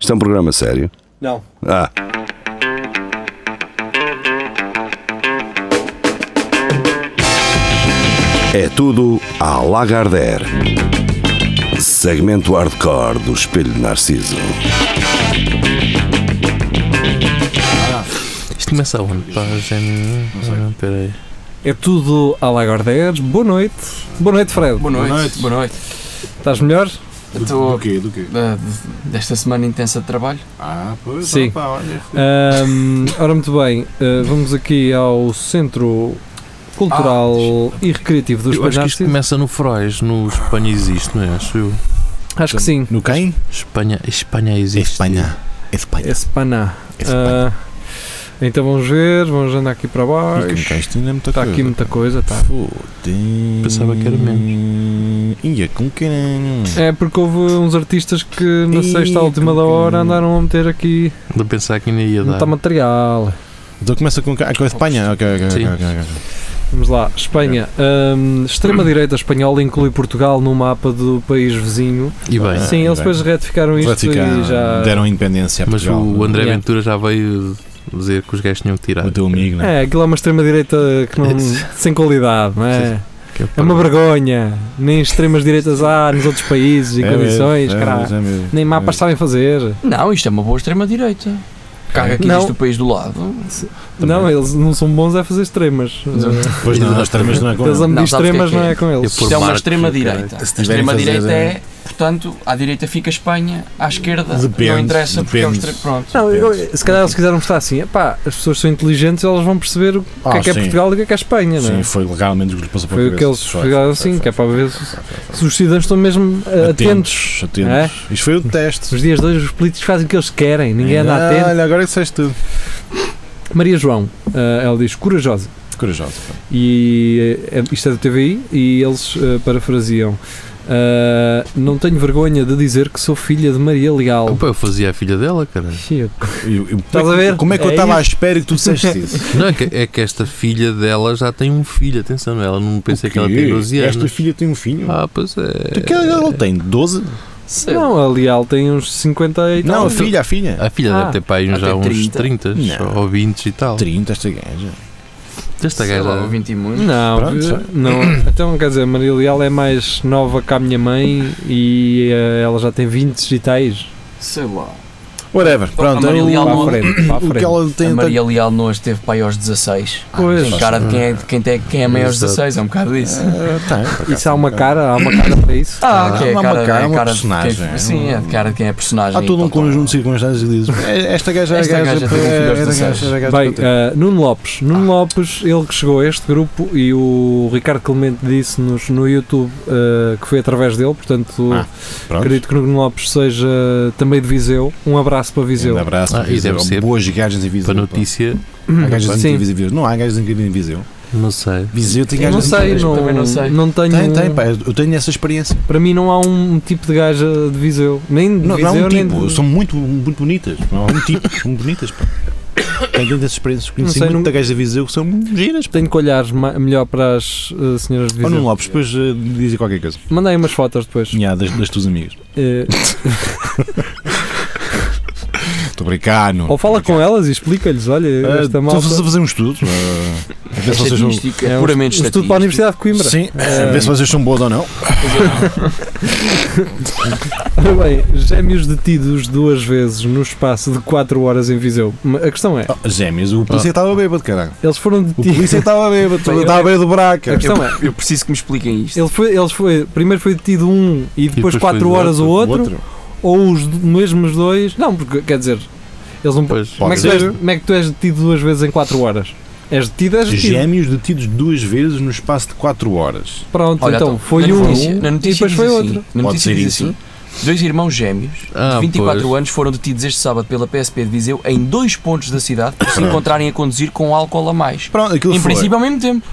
Isto é um programa sério. Não. Ah, é tudo à Lagardère. Segmento hardcore do Espelho de Narciso. Isto começa onde? Pá, já não. Ah, peraí. É tudo à Lagardère. Boa noite. Boa noite, Fred. Boa noite. Boa noite. Boa noite. Estás melhor? Eu Do, Estou do quê? Do quê? ah, de- desta semana intensa de trabalho. Ah, pois, Sim. opá, olha. Ahm, ora, muito bem. ah, vamos aqui ao Centro Cultural e Recreativo dos Eu acho que isto Espelhaços. começa no Frois, no Espanha existe, não é? Acho eu. Acho que sim. No quem? Espanha, Espanha existe. Espanha. Espanha. Espaná. Espanha. então vamos ver. Vamos andar aqui para Ih, como baixo. cá isto ainda é muita Está aqui muita coisa. Tá. Foda-se. Pensava que era Ia com caralho. É porque houve uns artistas que na Ih, sexta à última da hora andaram a meter aqui De pensar que nem ia dar. muito material. Então começa com, cá- com a Espanha? Ok, ok, ok, Sim. ok, ok. Vamos lá, Espanha. Ahm, Extrema-direita espanhola inclui Portugal no mapa do país vizinho. E bem. Sim, eles depois retificaram isto Ratificaram, e já. assim Deram independência a Mas Portugal. é? o André Yeah. Ventura já veio dizer que os gajos tinham que tirar. O teu amigo, não É, é? aquilo é uma extrema-direita que não. sem qualidade, não é? Que É uma vergonha. Nem extremas-direitas há nos outros países e É condições, mesmo, é caralho. mesmo, é mesmo. Nem mapas sabem fazer. Não, isto é uma boa extrema-direita. Caga que Não. existe o país do lado. Também. Não, eles não são bons a fazer extremas. Não, Pois não, nós também não é com Eles ele. andam de Não, sabes o que é extremas, que é? não é com eles. Eu por Isto é uma Marcos, extrema-direita. A Se tiverem extrema-direita fazer- é, portanto, à direita fica a Espanha, à esquerda não Depende, interessa porque é um depende. extremo. Pronto. Não, eu- se calhar eles quiseram mostrar assim, epá, as pessoas são inteligentes, elas vão perceber o que é que é Ah, sim. Portugal e o que é que é Espanha, não é? Sim, foi legalmente o que lhe passou pela Foi o cabeça. que eles Foi, fizeram foi, assim, foi, que é para ver se, foi, foi, foi. se os cidadãos estão mesmo eh, atentos. é? Atentos. Isto foi o teste. Nos dias de hoje os políticos fazem o que eles querem, ninguém anda Ah, atento. Olha, agora é que disseste tudo. Maria João, eh, ela diz corajosa. Corajoso. pá. E eh, é- isto é do TVI e eles eh, parafraseam. eh, não tenho vergonha de dizer que sou filha de Maria Leal. Opa, eu fazia a filha dela, cara. Shit. E- e- Estás a ver? Como é que eu É estava isso. à espera que tu disseste isso? Não, é que, é que esta filha dela já tem um filho, atenção, ela não pensei O que ela quê? tem 12 anos. Esta filha tem um filho? Ah, pois Tu que ela é. ela tem 12? Não, a Leal tem uns 50 e tal. Não, a filha, a filha. A filha Ah, deve ter pai uns- até já uns 30. 30, Não. ou 20 e tal. 30, esta gaja. Esta Sei lá, gaja. 20 e muito. Não, Pronto, eh, já. não. Então, quer dizer, a Maria Leal é mais nova que a minha mãe e eh, ela já tem 20 digitais. Sei lá. Whatever, pronto. Maria eu- Leal Para não- a frente, para a O frente. que ela A tem. Maria Leal não as teve pai aos 16. Pois. Tem cara de quem é, de quem tem- quem é mãe aos Exato. 16, é um bocado isso. Ah, tá, por acaso, Isso há uma cara, há uma cara para isso. Ah, Ah, ok, uma cara, cara, é uma cara de personagem, quem, sim, é de cara de quem é personagem. Há todo um então, conjunto de circunstâncias que dizes. "É, Esta gaja é a Esta gaja. gaja tem um para- filho aos é a gaja- 16. é a gaja Bem, para ter." eh, Nuno Lopes. Nuno Lopes, ele que chegou a este grupo e o Ricardo Clemente disse nos no YouTube eh, que foi através dele, portanto Ah, Pronto. acredito que o Nuno Lopes seja também de Viseu. Um abraço para Viseu. Um abraço. Ah, e Viseu. deve ser Boas gajas em Para Viseu. pá. notícia, Há gajas Sim. incríveis em Viseu. Não há gajas incríveis em Viseu. não sei. Viseu tem Eu não gajas sei, incríveis. não, também não sei. não tenho. um- Tem, tem, pá. Eu tenho essa experiência. Para mim não há um tipo de gaja de Viseu. Nem de Não, não Viseu, há um nem tipo, de... são muito, muito bonitas. Não há um tipo, são bonitas. Pá. Tenho tantas experiências. Conheci sei, muita nunca- gaja de Viseu que são giras. Tenho que olhar ma- melhor para as eh, senhoras de Ou Viseu. Nuno Lopes, depois eh, dizem qualquer coisa. Mandei umas fotos depois. Nhá, das, das tuas amigas. Eh, Estou a brincar, Nuno. ou fala com elas e explica-lhes, olha, Eh, esta Estou malta... a fazer- a fazer um estudo. eh, a É, ver se vocês são. estatístico, é um puramente estudo estatístico. para a Universidade de Coimbra. Sim, Eh. a ver se vocês são boas ou não. Ora bem, gêmeos detidos duas vezes no espaço de 4 horas em Viseu. Ma- A questão é, Oh, gêmeos, o polícia estava bêbado, caralho. eles foram O é detidos. polícia estava bêbado, Bem, eu- estava bêbado do buraco. A questão Então, é, Eu preciso que me expliquem isto. ele foi, eles foi, primeiro foi detido um e depois depois 4 foi horas o outro, outro, ou os do- mesmos dois. Não, porque quer dizer, eles não. Pois, Como é, que tu Pode és, ser. como é que tu és detido duas vezes em 4 horas? És detido, és é detido. Gêmeos detidos duas vezes no espaço de 4 horas. Pronto, Olha, então, foi na um notícia, na e notícia depois diz foi assim, outro. Na Pode notícia ser diz isso. assim, dois irmãos gêmeos Ah, de 24 pois. anos foram detidos este sábado pela PSP de Viseu em dois pontos da cidade por se encontrarem a conduzir com álcool a mais. Pronto, aquilo Em foi. princípio, ao mesmo tempo.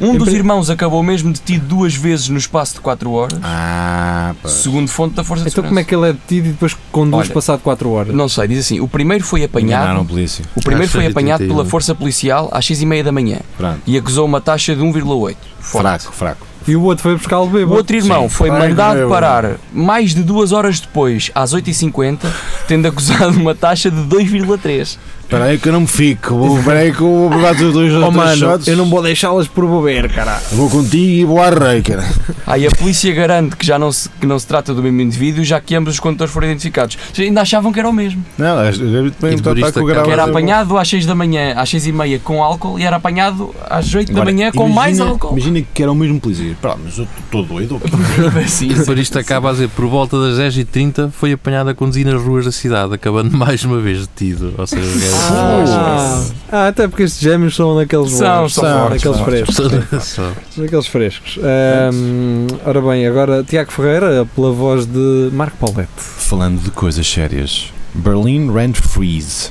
Um Em dos pri- irmãos acabou mesmo detido duas vezes no espaço de 4 horas, Ah, pá. segundo fonte da Força de Então, como é Segurança. que ele é detido e depois conduz Olha, passado 4 horas? Não sei, diz assim: o primeiro foi Enganaram a apanhado, polícia. o primeiro Às foi seis e apanhado um. pela 31. força policial às 6h30 da manhã Pronto. um e acusou uma taxa de 1,8. Forte. Fraco, fraco. E o outro foi buscá-lo O bêbado. outro irmão foi Ai, mandado meu. parar mais de duas horas depois, às 8h50, tendo acusado uma taxa de 2,3. Espera aí que eu não me fico. Vou- Espera aí que eu vou pegar os dois ou Oh três mano, shots. eu não vou deixá-las por beber, cara. Vou contigo e vou à rei, cara. Aí a polícia garante que já não se, que não se trata do mesmo indivíduo, já que ambos os condutores foram identificados. Ou seja, Ainda achavam que era o mesmo. Não, as- as- as- bem, E tá- por tá isto com o grau Que era a zero. apanhado às 6 da manhã, às 6 e meia com álcool e era apanhado às 8 da Agora, manhã com mais imagina- álcool. Imagina que era o mesmo polícia. Pá, mas eu estou doido. Sim, E sim. por isto acaba a dizer, por volta das 10h30 foi apanhado a conduzir nas ruas da cidade, acabando mais uma vez detido. Ou seja, Ah, ah, até porque estes gêmeos são daqueles São, bons, são fortes, daqueles são frescos. São daqueles frescos. Ahm, ora bem, agora Tiago Ferreira, pela voz de Marco Paulette. Falando de coisas sérias. Berlin rent freeze.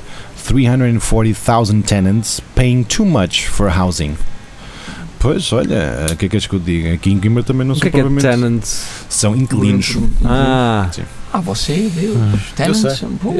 340,000 tenants paying too much for housing. Pois, olha, o que é que és que eu digo? Aqui em Coimbra também não O são que é que é propriamente... Tenant? São inquilinos. Ah, eh, Ah, você, Deus. Eu Tenants, sei. bom.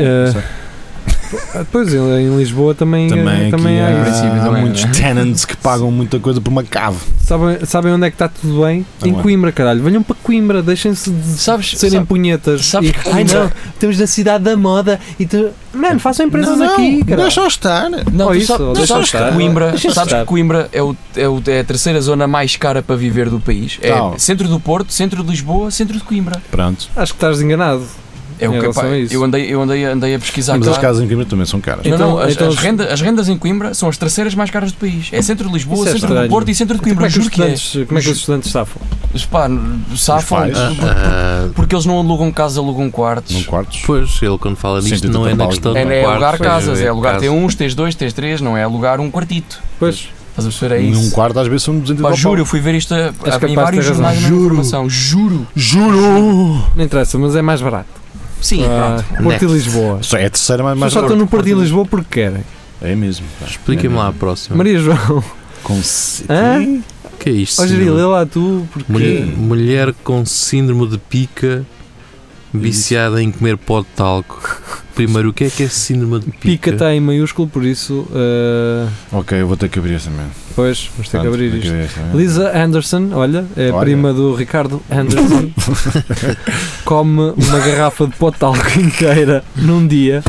ah, pois em, em Lisboa também, eh, Também, também, aqui há isso. Ah, é. princípio, há, há também, muitos né? tenants que pagam muita coisa por uma cave. Sabem, sabem onde é que está tudo bem? em Aonde? Coimbra, caralho. Venham para Coimbra, deixem-se de Sabes, serem sabe- punhetas. sabes e, que- Ai não, temos da cidade da moda e tu... Mano, façam empresas não, aqui, caralho. Deixa eu estar. Não, Oh, tu isso, sa- tu deixa sabes que estar. Coimbra, Deixa sabes estar. que Coimbra é, o, é, o- é a terceira zona mais cara para viver do país. É Tal. centro do Porto, centro de Lisboa, centro de Coimbra. Pronto. Acho que estás enganado. É o Em que relação pá, a isso. eu andei, eu andei, andei a pesquisar. Mas cá. as casas em Coimbra também são caras. Não, não, Então- as, então as os- renda- as rendas em Coimbra são as terceiras mais caras do país. É centro de Lisboa, Isso é centro estranho. do Porto e centro de Coimbra. como, é que os Juro que é. estudantes, como é que os estudantes safam? Pá, safam Ah, Os pais. por- por- porque eles não alugam casas, alugam quartos. Num quartos. Pois, ele quando fala nisto 180 não é na paus. questão É, do é quarto, alugar pois, casas, é alugar casa. T1, T2, T3, não é alugar um quartito. Pois, Estás a perceber? É Num isso. quarto às vezes são 200 e Pá, tal juro, eu fui ver isto a, capaz em de vários ter razão. jornais de Juro. informação. Juro. pau. Juro! não interessa, mas é mais barato. Sim, Ah, pronto. Porto Next. e Lisboa. Só é a terceira mais, mais Mas só cara. estão no Porto e Lisboa porque querem. É mesmo. pá. Explica-me É lá a mesmo. próxima. Maria João, Com se- Hã? O que é isto? ó Jerry, senhor? lê lá tu, porque mulher, mulher com síndrome de pica viciada em comer pó de talco. Primeiro, o que é que é síndrome de pica? pica está em maiúsculo, por isso. ah, Ok, eu vou ter que abrir esta também. pois, vamos ter que Pronto, abrir vou ter isto. abrir esta, né? Lisa Anderson, olha, é a Olha. prima do Ricardo Anderson, come uma garrafa de pó de talco inteira num dia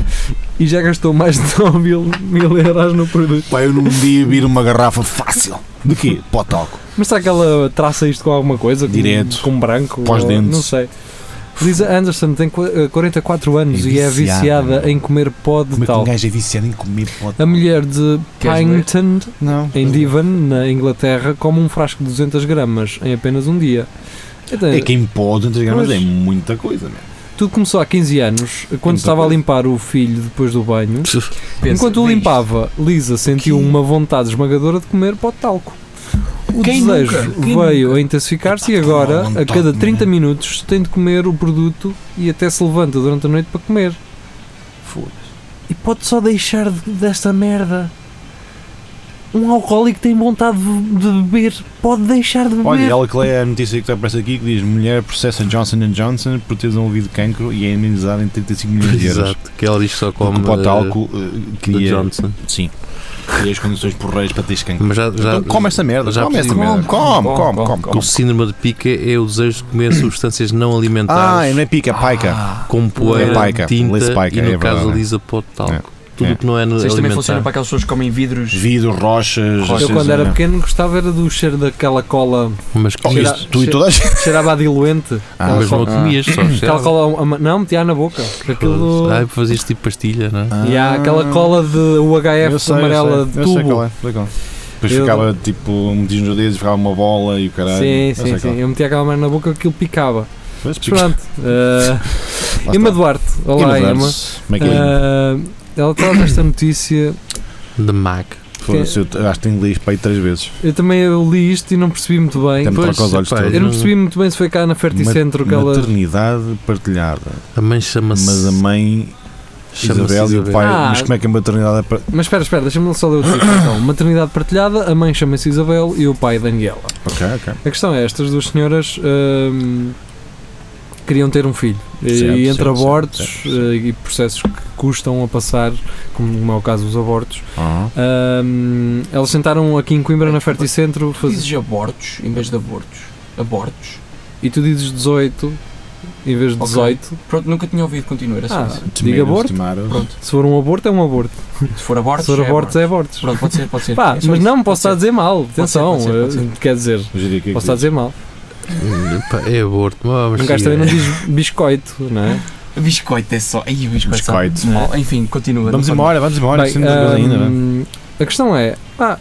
e já gastou mais de 9 mil, mil euros no produto. Pá, eu num dia vir uma garrafa fácil. De quê? Pó talco. Mas será que ela traça isto com alguma coisa? Com, Direto. Com branco? Para os Ou- dentes. Não sei. Lisa Anderson tem qu- eh, 44 anos É e é viciada. viciada em comer pó de Como é que um talco. gajo é viciado em comer pó de A mulher de Queres Paddington, Não. em Devon, na Inglaterra, come um frasco de 200 gramas em apenas um dia. Então, É que em pó 200 gramas Pois. é muita coisa, né? Tudo começou há 15 anos, quando Muita estava a coisa. limpar o filho depois do banho. Pensa, Enquanto o vês? limpava, Lisa sentiu uma vontade esmagadora de comer pó de talco. O Quem desejo nunca? Quem veio a intensificar-se e agora, tá vontade, a cada 30 né? minutos, tem de comer o produto e até se levanta durante a noite para comer. E pode só deixar de- desta merda. Um alcoólico tem vontade de de beber, pode deixar de beber. Olha, ela que lê a notícia que aparece aqui que diz mulher processa Johnson Johnson por ter desenvolvido cancro e é imunizada em 35 milhões de euros. Exato, que ela diz que só Porque come o pó de eh, talco eh, do cria... Johnson. Sim. Cria as condições porreiras para teres cancro. Mas já, já, Então come esta merda, já come esta percebi. merda. Come, Come, come, come, come. O síndrome de pica é o desejo de comer substâncias não Ah, alimentares não é pica, é paica. Ah, como poeira, É paica, tinta lê-se paica, e no é caso verdade. lisa pó de talco. É. Tudo o que não é no Vocês também alimentar. funcionam para aquelas pessoas que comem vidros. Vidro, rochas... Eu Eu essas- quando era é. pequeno gostava era do cheiro daquela cola, Mas Oh, comias, isso, tu e toda a gente. cheirava a diluente. Ah, Aquela mas não cola- comias, só Aquela cheirava. cola. ama- Não, metia na boca. Aquilo. Ai, fazias tipo pastilha, não é? E há aquela cola de UHF Ah. Eu sei, eu amarela sei, de Eu sei tubo. qual é, sei qual é. Depois Eu- ficava tipo, metias nos dedos, ficava uma bola e o caralho. Sim, Eu sei sim, qual sim. é. Eu metia aquela merda na boca que aquilo picava. Mas Mas pronto. eh, lá Emma está. Duarte. Olá, Emma Emma. Duarte, Como é que é? Eh, ela traz esta notícia. De Mac. Foda-se, eu te- acho que tenho lido para aí três vezes. Eu também eu li isto e não percebi muito bem. Tem- troca os olhos epá, todos. Eu não percebi muito bem se foi cá na Ferticentro que ela. Maternidade partilhada. A mãe chama-se Mas a mãe chama-se Isabel e o pai. Ah. Mas como é que a maternidade é par- Mas espera, espera, deixa-me só ler o título então. Maternidade partilhada, a mãe chama-se Isabel e o pai Daniela. Ok, ok. A questão é, estas duas senhoras hum, queriam ter um filho E- Certo, e entre certo, abortos certo, certo, eh, e processos que custam a passar, como é o caso dos abortos, Ah. hum, elas sentaram aqui em Coimbra na Tu Ferticentro fazer. dizes abortos em vez de abortos. Abortos. E tu dizes 18 em vez de Ok. 18. Pronto, nunca tinha ouvido, continua, era só Ah, isso. diga aborto. Tomar, Pronto, Se for um aborto, é um aborto. se for abortos, Se for é abortos, é abortos. Pronto, pode ser, pode ser. Pá, É só mas isso. não me Pode posso estar a ser. dizer mal. ser, Atenção, pode ser, pode ser. eh, quer dizer, posso Hoje em dia, o que é que estar a diz? dizer mal. Pá, é aborto, mas Um gajo sim, também não é. diz biscoito, não é? Biscoito é só. Ai, o biscoito. Biscoito. sabe muito mal. Enfim, continua. Vamos não é embora, vamos embora. Bem, Sim, duas coisas ainda, é? vá. hum, a questão é, pá,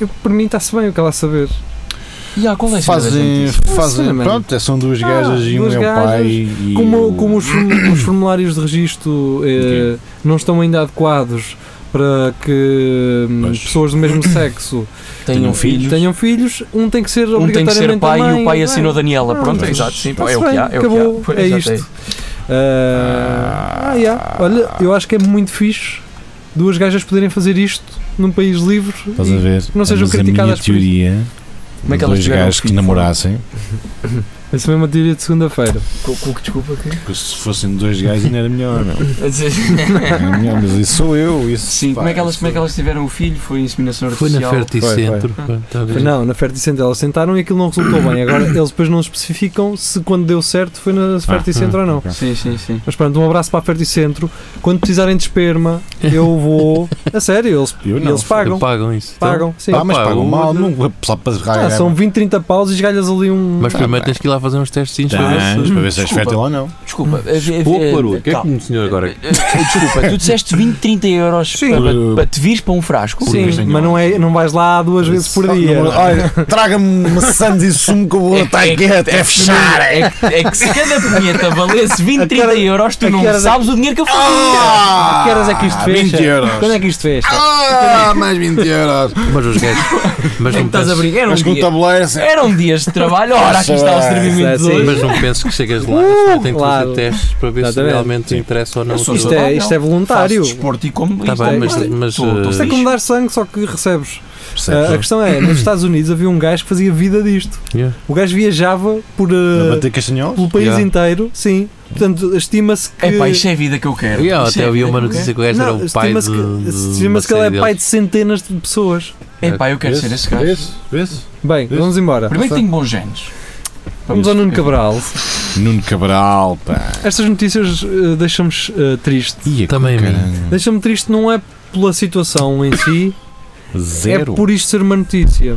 eu, por mim está-se bem o que ela saber. faz- Ya, qual é a cena da gente Fazem, disso? fazem, mano. pronto, é, são duas Ah, gajas e um duas é o gajas. pai e Como, o- como os, form- os formulários de registro eh, não estão ainda adequados para que hum, Pois. pessoas do mesmo sexo Tenham filhos. tenham filhos, um tem que ser Um tem que obrigatoriamente ser pai mãe, e o pai bem, assinou Daniela. Não, Pronto, mas- exato, sim. pá, Está-se É o que bem, há, é o que acabou, há. Pois, é exato, isto. Ah, ah, yeah. Olha, eu acho que é muito fixe duas gajas poderem fazer isto num país livre. Estás a e- ver? não sejam Mas a criticadas minha por isso. teoria Como é que de elas dois um chegaram ao gajos que fim? namorassem Essa mesma teoria de segunda-feira. Com- com- Desculpa, que. que se fossem dois gajos ainda era melhor não? é? A dizer- era melhor mas isso sou eu isso, Sim, pá, como é, que elas, isso- como é que elas tiveram o filho? Foi inseminação Foi na artificial? Ferticentro. Foi, pá, tá a ver. Não, na Ferticentro elas tentaram e aquilo não resultou bem. Agora eles depois não especificam se quando deu certo foi na Ah, Ferticentro ou não. Sim, sim, sim. Mas pronto, um abraço para a Ferticentro. Quando precisarem de esperma, eu vou. A sério, eles, Eu não. eles pagam. Pagam isso. Então, Pagam, sim. Pá, Ah, mas Opa, pagam o- mal, não, só para Ah, ragar. são 20, 30 paus e esgalhas ali um. Mas primeiro tens que ir lá fazer uns testes para ver se- Tens, para ver se és Desculpa. fértil ou não. Desculpa. eh, eh, Pô, eh, Claro, Tá. o que é que calma. me senhor agora? Eh, eh, Desculpa, tu disseste 20, 30 euros Sim. para, Por- para te vires para um frasco? Sim, mas não, é, não vais lá duas vezes por Só que dia. não- Olha, traga-me maçãs e sumo que eu vou estar quieto. É fechar. É, que- é que se cada punheta valesse 20, A cara- 30 euros, a tu não cara da- sabes o dinheiro que eu fazia. Ah, que horas é que isto fecha? 20 euros. Quando é que isto fez? Ah, mais 20 euros. Mas os gajos. Mas não Estás a penses- brincar? Era um Mas com o dia- tabuleiro assim. Eram dias de trabalho, ora aqui está o servimento de Sim. hoje. Mas não penses que chegas lá, uh, tem que claro. fazer testes para ver se Exatamente. realmente te interessa ou não. Eu sou Isto é, isto é voluntário. Faço desporto e como Tá isto bem, é- mas- isto é- mas, tô- tô eh, Isto é fixe. como dar sangue, só que recebes. Ah, a Percebes? questão é, nos Estados Unidos havia um gajo que fazia vida disto. Yeah. O gajo viajava por, ah, A bater castanhol? pelo país Yeah. inteiro, sim. Portanto, estima-se que. É pá, isto é a vida que eu quero. Yeah, Isto é até a havia vida uma que eu notícia que o gajo era Não, o pai estima-se de. que, de uma estima-se que ele é série pai deles. de centenas de pessoas. quero. É pá, eu quero ser esse gajo. Vês? Vês? Bem, Vês? vamos embora. Primeiro tenho bons genes. Vamos ao Nuno Cabral. Nuno Cabral, pá. Estas notícias ah, deixam-me ah, triste. Ia, Também a mim. caralho. Deixa-me triste não é pela situação em si, Zero. é por isto ser uma notícia.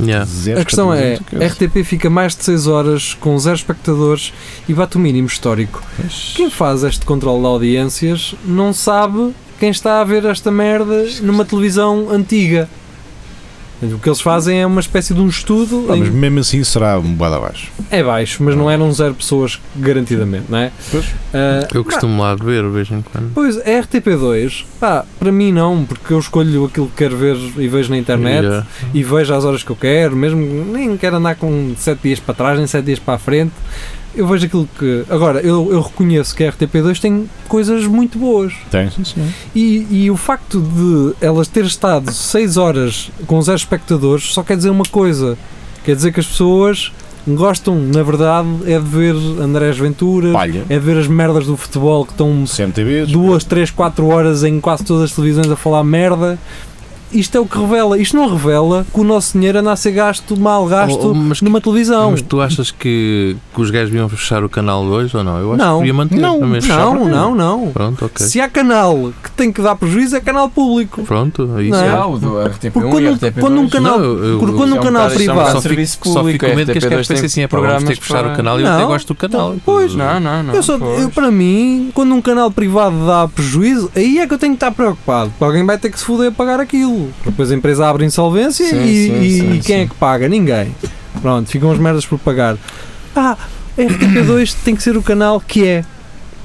Yeah. Zero A questão é, para duzentos, RTP fica mais de 6 horas com zero espectadores e bate o mínimo histórico. Quem faz este controle de audiências não sabe quem está a ver esta merda numa televisão antiga. O que eles fazem é uma espécie de um estudo. Pá, em- Mas mesmo assim será um bocado abaixo. É baixo, mas não eram zero pessoas garantidamente, não é? Pois. Ah, Eu costumo lá beber de vez em quando. Pois, a RTP2, pá, para mim não, porque eu escolho aquilo que quero ver e vejo na internet Yeah. e vejo às horas que eu quero, mesmo nem quero andar com 7 dias para trás, nem 7 dias para a frente. Eu vejo aquilo que. Agora, eu, eu reconheço que a RTP2 tem coisas muito boas. Tem? Sim, senhor. E, e o facto de elas ter estado 6 horas com zero espectadores só quer dizer uma coisa: quer dizer que as pessoas gostam, na verdade, é de ver Andrés Ventura, Palha. é de ver as merdas do futebol que estão CMTVs. duas, três, quatro horas em quase todas as televisões a falar merda. Isto é o que revela. Isto não revela que o nosso dinheiro anda a ser gasto, mal Oh, oh, gasto, mas, numa televisão. mas tu achas que, que os gajos iam fechar o canal 2 ou não? Eu acho Não. que devia manter. Não, é mesmo? Não, não, não. Pronto, ok. Se há canal que tem que dar prejuízo, é canal público. Pronto, é isso Não é? é. Ah, o do RTP1 Porque e quando- RTP2. quando um canal- eu- eu- porque quando eu um canal privado- só fico- Só fico com medo que as caras pensem assim: é para vamos ter que fechar o canal e eu Não. até gosto do canal. Pois. Não, não, não. Eu só, pois. eu, para mim, quando um canal privado dá prejuízo, aí é que eu tenho que estar preocupado. porque Alguém vai ter que se foder a pagar aquilo. Depois a empresa abre insolvência Sim, e, sim, e- sim, e quem é sim. que paga? Ninguém. Pronto, ficam as merdas por pagar. Ah, RTP2 tem que ser o canal que é.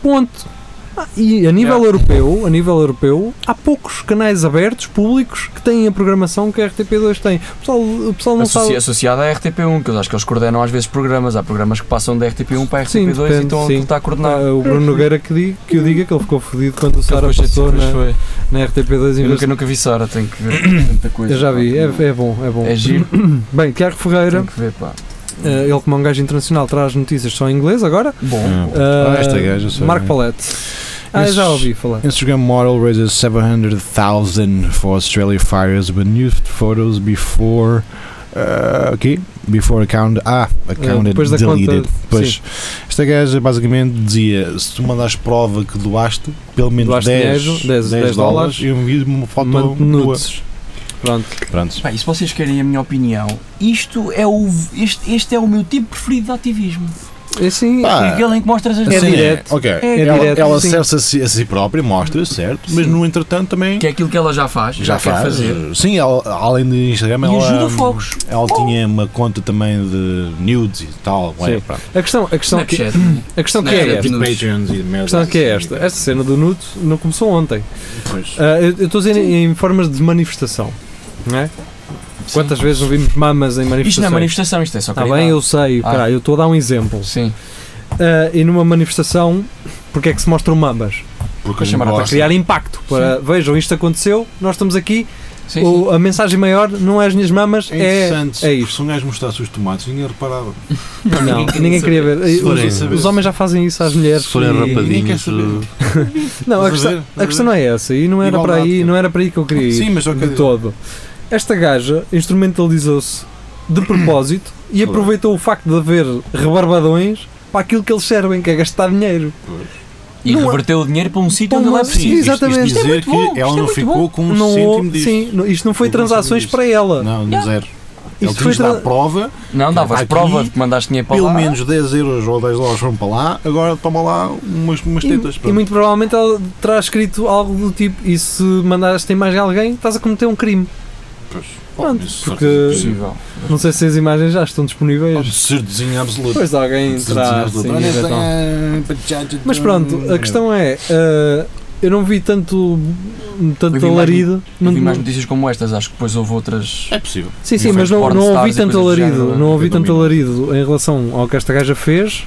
Ponto. Ah, e a nível Yeah. europeu, a nível europeu, há poucos canais abertos, públicos, que têm a programação que a RTP2 tem. O pessoal, o pessoal não Associ- sabe. associado à RTP1, que eu acho que eles coordenam às vezes programas. Há programas que passam da RTP1 para a Sim, RTP2 depende, e então sim. aquilo está a coordenar. Ah, o Bruno Nogueira que, diga, que eu diga que ele ficou fodido quando o Sara Depois passou depois na, foi. na RTP2 em Eu vez nunca, nunca vi Sara, tenho que ver tanta coisa. Eu já vi, é, pá, é bom, é bom. É giro, Bem, Tiago Ferreira, tenho que ver, pá. eh, ele como é um gajo internacional, traz notícias só em inglês agora. Bom, Eh, Ah, esta gaja, sei. Marco Palete. Ah, eu já ouvi falar. Instagram model raises 700,000 for Australia fires with new photos before Ah, aqui, before account. Ah, account É, depois da deleted. conta, Pois. Esta gaja basicamente dizia: se tu mandares prova que doaste, pelo menos Doaste 10, dinheiro, 10 10 dólares, dólares, eu envio uma foto Mando nua. nudes. Pronto. Pronto. Pá, e se vocês querem a minha opinião, isto é o, este, este é o meu tipo preferido de ativismo. É assim. Pá, Aquele em que mostras as É Sim, nudes. direto. Assim, ok. É ela direto, ela sim. serve-se a, si, a si própria, mostra, certo? Mas no entretanto também Que é aquilo que ela já faz, já, já quer faz. fazer. Sim, ela, além do Instagram, E ela, é um ajuda fogos. ela tinha uma conta também de nudes e tal. ué, Sim. pronto. A questão, a questão, que, Snapchat. a questão que é Snapchat. esta. Nudes. Patreons e A merda. questão que é esta. Esta cena do nude não começou ontem. Pois. Ah, eu eu estou a dizer em, em formas de manifestação. Não é? Quantas vezes não vimos mamas em manifestações? Isto não é manifestação, isto é só Está caridade. Tá bem, eu sei. Ah. Peraí, eu estou a dar um exemplo. Sim. Ah, e numa manifestação, porque é que se mostram mamas? Porque chamar não a Para gosta. criar impacto. Para, vejam, isto aconteceu, nós estamos aqui. Sim, sim. o- a mensagem maior não é as minhas mamas, É é. interessante. é isto. Se um gajo mostrasse os tomates, ninguém reparava. Não, ninguém queria ver. Se forem- Os, os homens já fazem isso às mulheres. Se forem e- ninguém quer rapadinhos, saber. uh, Não, a Estás a ver? questão, Estás a a questão não é essa. E não era, para Igualdade, aí, cara. não era para aí que eu queria ir. Sim, mas só que. de todo. Esta gaja instrumentalizou-se de propósito e Claro. aproveitou o facto de haver rebarbadões para aquilo que eles servem, que é gastar dinheiro. E não é- reverteu o dinheiro para um sítio Para onde ele uma- é Sim, preciso. isto- isto Exatamente. Isto é dizer muito bom, que isto ela é não muito ficou bom. com um não cêntimo houve, disto. sim, não- isto não foi Eu não sabia transações disto. para ela. Não, é Yeah. zero. Ele Isto foi tinha dar tra... prova, Não, davas Aqui, prova de que mandaste dinheiro para pelo lá. é menos 10 euros ou 10 dólares foram para lá, agora toma lá umas, umas tetas. E, e muito provavelmente ela terá escrito algo do tipo: e se mandares esta imagem a alguém, estás a cometer um crime. Pois, Pronto, oh, isso porque- é certeza absoluta. Possível. Não sei se as imagens já estão Oh, disponíveis. certezinho absoluto. Depois alguém Certezinho terá. absoluto. sim, Olha, já estão. tem- Mas pronto, a questão é: ah, eu não vi tanto, Eu tanto vi mais- alarido. Eu não- vi mais não- notícias como estas, acho que depois houve outras. É possível. Sim, sim, Diferentes mas não, porn não ouvi stars e tanto coisas do alarido, género, não né? ouvi Eu tanto também não. alarido em relação ao que esta gaja fez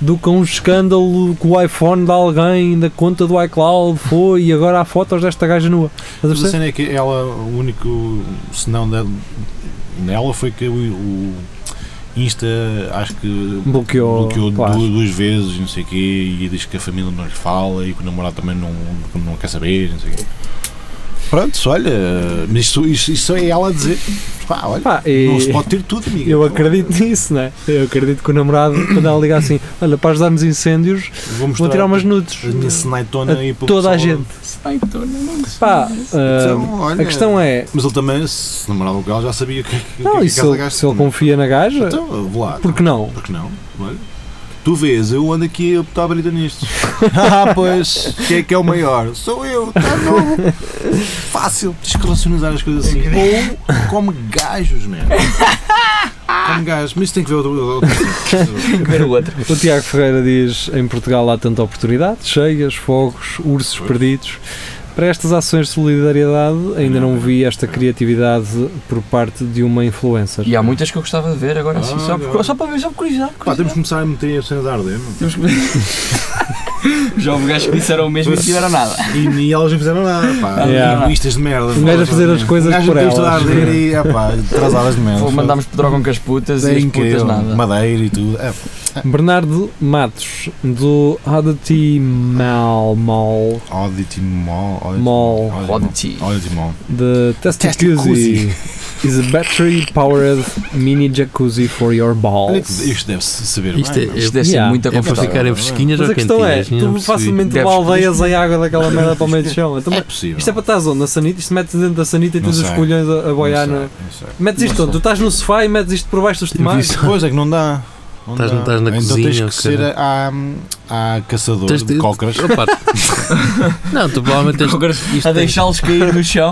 do que um escândalo que o iPhone de alguém da conta do iCloud foi e agora há fotos desta gaja nua. Estás a Mas a perceber? cena é que ela, o único senão da- nela foi que o, o Insta, acho que assim, Bloqueou, bloqueou claro. du- duas vezes, e não sei o quê, e diz que a família não lhe fala e que o namorado também não, não quer saber, não sei o quê. Pronto, olha, mas isto, isto, isto é ela a dizer, pá, olha, Pá, e- não se pode ter tudo, amiga. eu acredito nisso, né? Eu acredito que o namorado, quando ela liga assim, olha, para ajudarmos incêndios, Vou, vou mostrar tirar umas nudes. a minha senaitona aí para o Toda a pessoal. gente. Pá, ah, Então, olha, a questão é. Mas ele também, se namorava com ela, já sabia que, que, Não, é que e se aquela ele, gaja- se ele confia na gaja, Então, eu vou lá. por que não? Porque não? Olha. Tu vês, eu ando aqui a botar a brita nisto. ah, pois. Quem é que é o maior? Sou eu, tá novo. Fácil. Tens que racionalizar as coisas assim. Ou come gajos, mesmo. Come gajos. Mas isso tem que ver outro. outro- Tem que ver o outro. O Tiago Ferreira diz: em Portugal há tanta oportunidade, cheias, fogos, ursos perdidos. Para estas ações de solidariedade, ainda não vi esta criatividade por parte de uma influencer. E há muitas que eu gostava de ver agora, assim, Ah, só, por, agora. só para ver, só por curiosidade. por Pá, temos que curiosidade. começar a meter a cena da arder, meu. Temos que- Já houve gajos que disseram o mesmo e não tiveram nada. E nem elas não fizeram nada, pá. Yeah. Egoístas de merda. Um gajo a fazer as Um coisas gajo por meteu isto a elas. arder e, ah, pá, atrasadas de merda. Vou mandarmos pedrogam com as putas É e as putas incrível. nada. Madeira e tudo. É, Bernardo Matos, do Adati Mal Mal, Oddity Mall. Oddity Mall. Oddity. Oddity Mall. de Testicuzzi, is a battery-powered mini jacuzzi for your Olha balls. que Isto deve-se saber Isto é, bem. Isto é, deve ser Yeah. muito é para confortável. ficarem fresquinhas Mas ou a questão é, quentinhas. não tu percebi. facilmente Deves- baldeias a água daquela merda para o meio do chão. Então, não é possível. Isto é para estás onde? Na sanita? Isto metes dentro da sanita e Não tens os sei. colhões a, a boiar é? Não na. sei, não sei. Metes isto Não onde? Tu sei. estás no sofá e metes isto por baixo dos tomates? Pois é que não dá. Não Estás- dá. estás na então tens cozinha, que ser a, a, a caçador Tens de de- cócoras. Opa. Não, tu provavelmente tens. Agora, isto a tem- deixá-los cair no chão.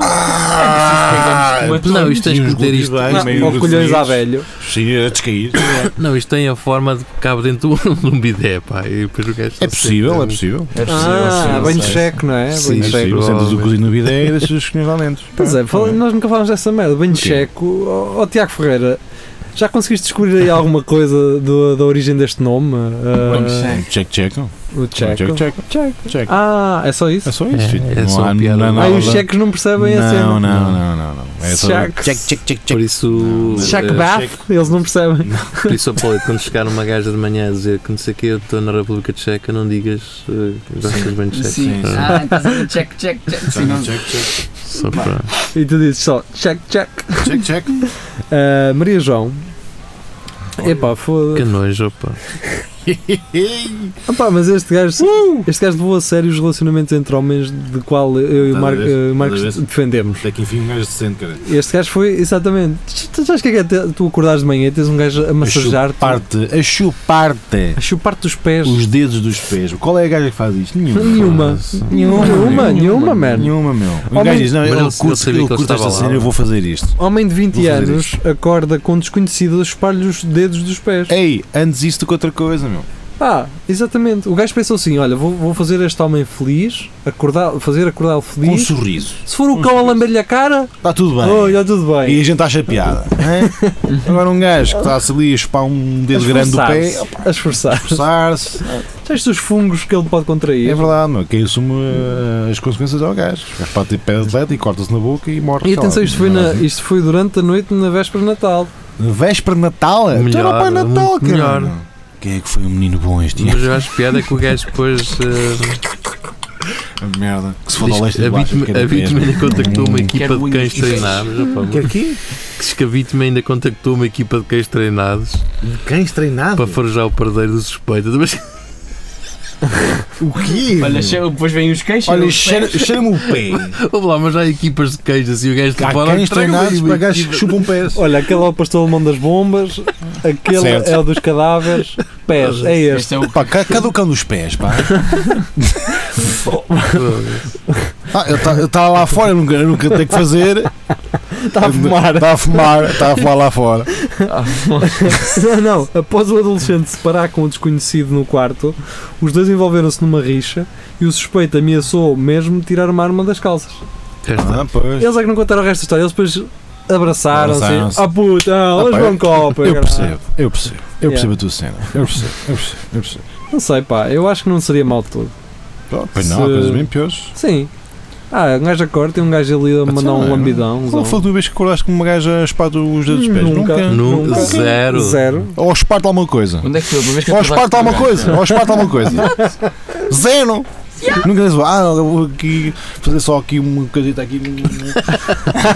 É preciso pegar Não, um isto tens E que uns meter glúteos isto. Ah, bem, Não, meio ou colhões à reduzidos, velho. Sim, a descair. Não, isto tem a forma de que cabe dentro de um- de um bidé, pá. E depois o gajo está É possível, sempre- é possível. É possível, Ah, sim, banho sei. checo, não é? Sim, Banho sim. checo. possível. Sentas o cozinho no bidé e deixas os colhões lá dentro. Pois é, fala- nós nunca falámos dessa merda. Banho Sim. checo. Ó ó, Tiago Ferreira, já conseguiste descobrir aí alguma coisa do- da origem deste nome? Ah, Banho checo. Check, check. é O checo. Check, check. Checo. Check. Ah, é só É isso? só isso, É, filho. é Não só há- uma piada. não há Ah, nada. os cheques não percebem a Não, cena. não, não, não, não. É só Cheques. check, check, Uh, check, Por check. isso, Não, Cheque eh, bath, eles não percebem. por isso, Apolo, quando chegar uma gaja de manhã a dizer que não sei o que, eu estou na República Tcheca, não digas eh, que gostas bem de cheque. Sim, Ah. ah, estás a ver, check, check, check. Sim, não- Check, check. Só para. E tu dizes só check, check. Check, check. Ah, Maria João. Epá, Que foda-se. nojo, opa. Ah pá, mas este gajo, Uh! este gajo levou a sério os relacionamentos entre homens, de qual eu e o Cada Mar- vez, eh, Marcos cada vez. defendemos. Até que enfim um gajo decente, cara. Este gajo foi, exatamente. Tu sabes o que é que é te- tu acordares de manhã e tens um gajo a massajar-te, Parte, a chupar-te a chupar-te os pés? os dedos dos pés. Qual é a gaja que faz isto? Nenhuma. Nenhuma, nenhuma, nenhuma, man. Nenhuma, meu. Um Homem- gajo diz, não, Mas eu ele- ele curto, sabia eu que ele curto esta estava lá. cena, eu vou fazer isto. Homem de 20 Vou fazer anos acorda com um desconhecido a chupar-lhe os dedos dos pés. Ei, antes isto do que outra coisa, meu. Ah, exatamente. O gajo pensou assim: olha, vou, vou fazer este homem feliz, acordar, fazer acordá-lo Com um feliz. sorriso. Se for o cão a lamber-lhe a cara, Está tudo bem. olha, tudo bem. E a gente acha piada. hã? Agora um gajo que está-se ali a chupar um dedo grande do pé, Esforçar-se, A esforçar. forçar-se. Tens os fungos que ele pode É contrair. verdade, meu. Quem assume eh, as consequências é o gajo. O gajo pode ter pé de atleta e corta-se na boca e morre. E sei lá. atenção, isto foi, na- isto foi durante a noite na véspera de Natal. Na véspera de Natal? Então Melhor, era para Natal, muito cara. melhor. Quem é que foi um menino bom este ano? Mas eu acho piada que o gajo depois. eh, Merda. Que é diz se foda que leste de baixo, A pequena Bitme peste. ainda contactou uma Hum. equipa Quero de unhas cães de treinados. opa, Quer é quê? Diz que a Bitme ainda contactou uma equipa de cães treinados Cães treinados? para forjar o pardeiro do suspeito. Mas O quê? Olha, che- depois vêm os queixos. Olha, os cheira- pés. cheira-me o pé. Vamos lá, mas há equipas de queijo assim, o gajo de Há fora cães traga uma treinados para gajos equipa. que chupam pés. Olha, aquele é o pastor alemão das bombas, aquele Certo. é o dos cadáveres, pés, é este. Este é o Pá, ca- cada o cão dos pés, pá. Ah, eu tá- eu estava lá fora, eu nunca, eu nunca tenho que fazer. Está a fumar. Estava a fumar, estava a fumar lá fora. Não, não. Após o adolescente se parar com o desconhecido no quarto, os dois envolveram-se numa rixa e o suspeito ameaçou mesmo tirar uma arma das calças. Cá está. pois. Eles é que não contaram o resto da história, eles depois abraçaram-se. Abraçaram-se. Ah puta, ah, pá, hoje vão copa. Eu caralho. percebo, eu percebo. Yeah. Eu percebo a tua cena. Eu percebo, eu percebo, eu percebo. Não sei, pá, eu acho que não seria mal de todo. Pá, Pois não, há Se- coisas bem piores. Sim. Ah, um gajo a corte e um gajo ali a Mas mandar um sei lá, lambidão. um Qual foi a zão. última vez que acordaste com uma gaja a espar é? os dedos dos pés? Nunca. Nunca. Nunca. Zero. Zero. Ou espar-te alguma coisa. Onde é que foi? Uma vez que Ou acordaste espar-te alguma com o coisa. Ou espar-te alguma coisa. Zero! Nunca dizes, ah, eu vou aqui fazer só aqui uma coisita aqui.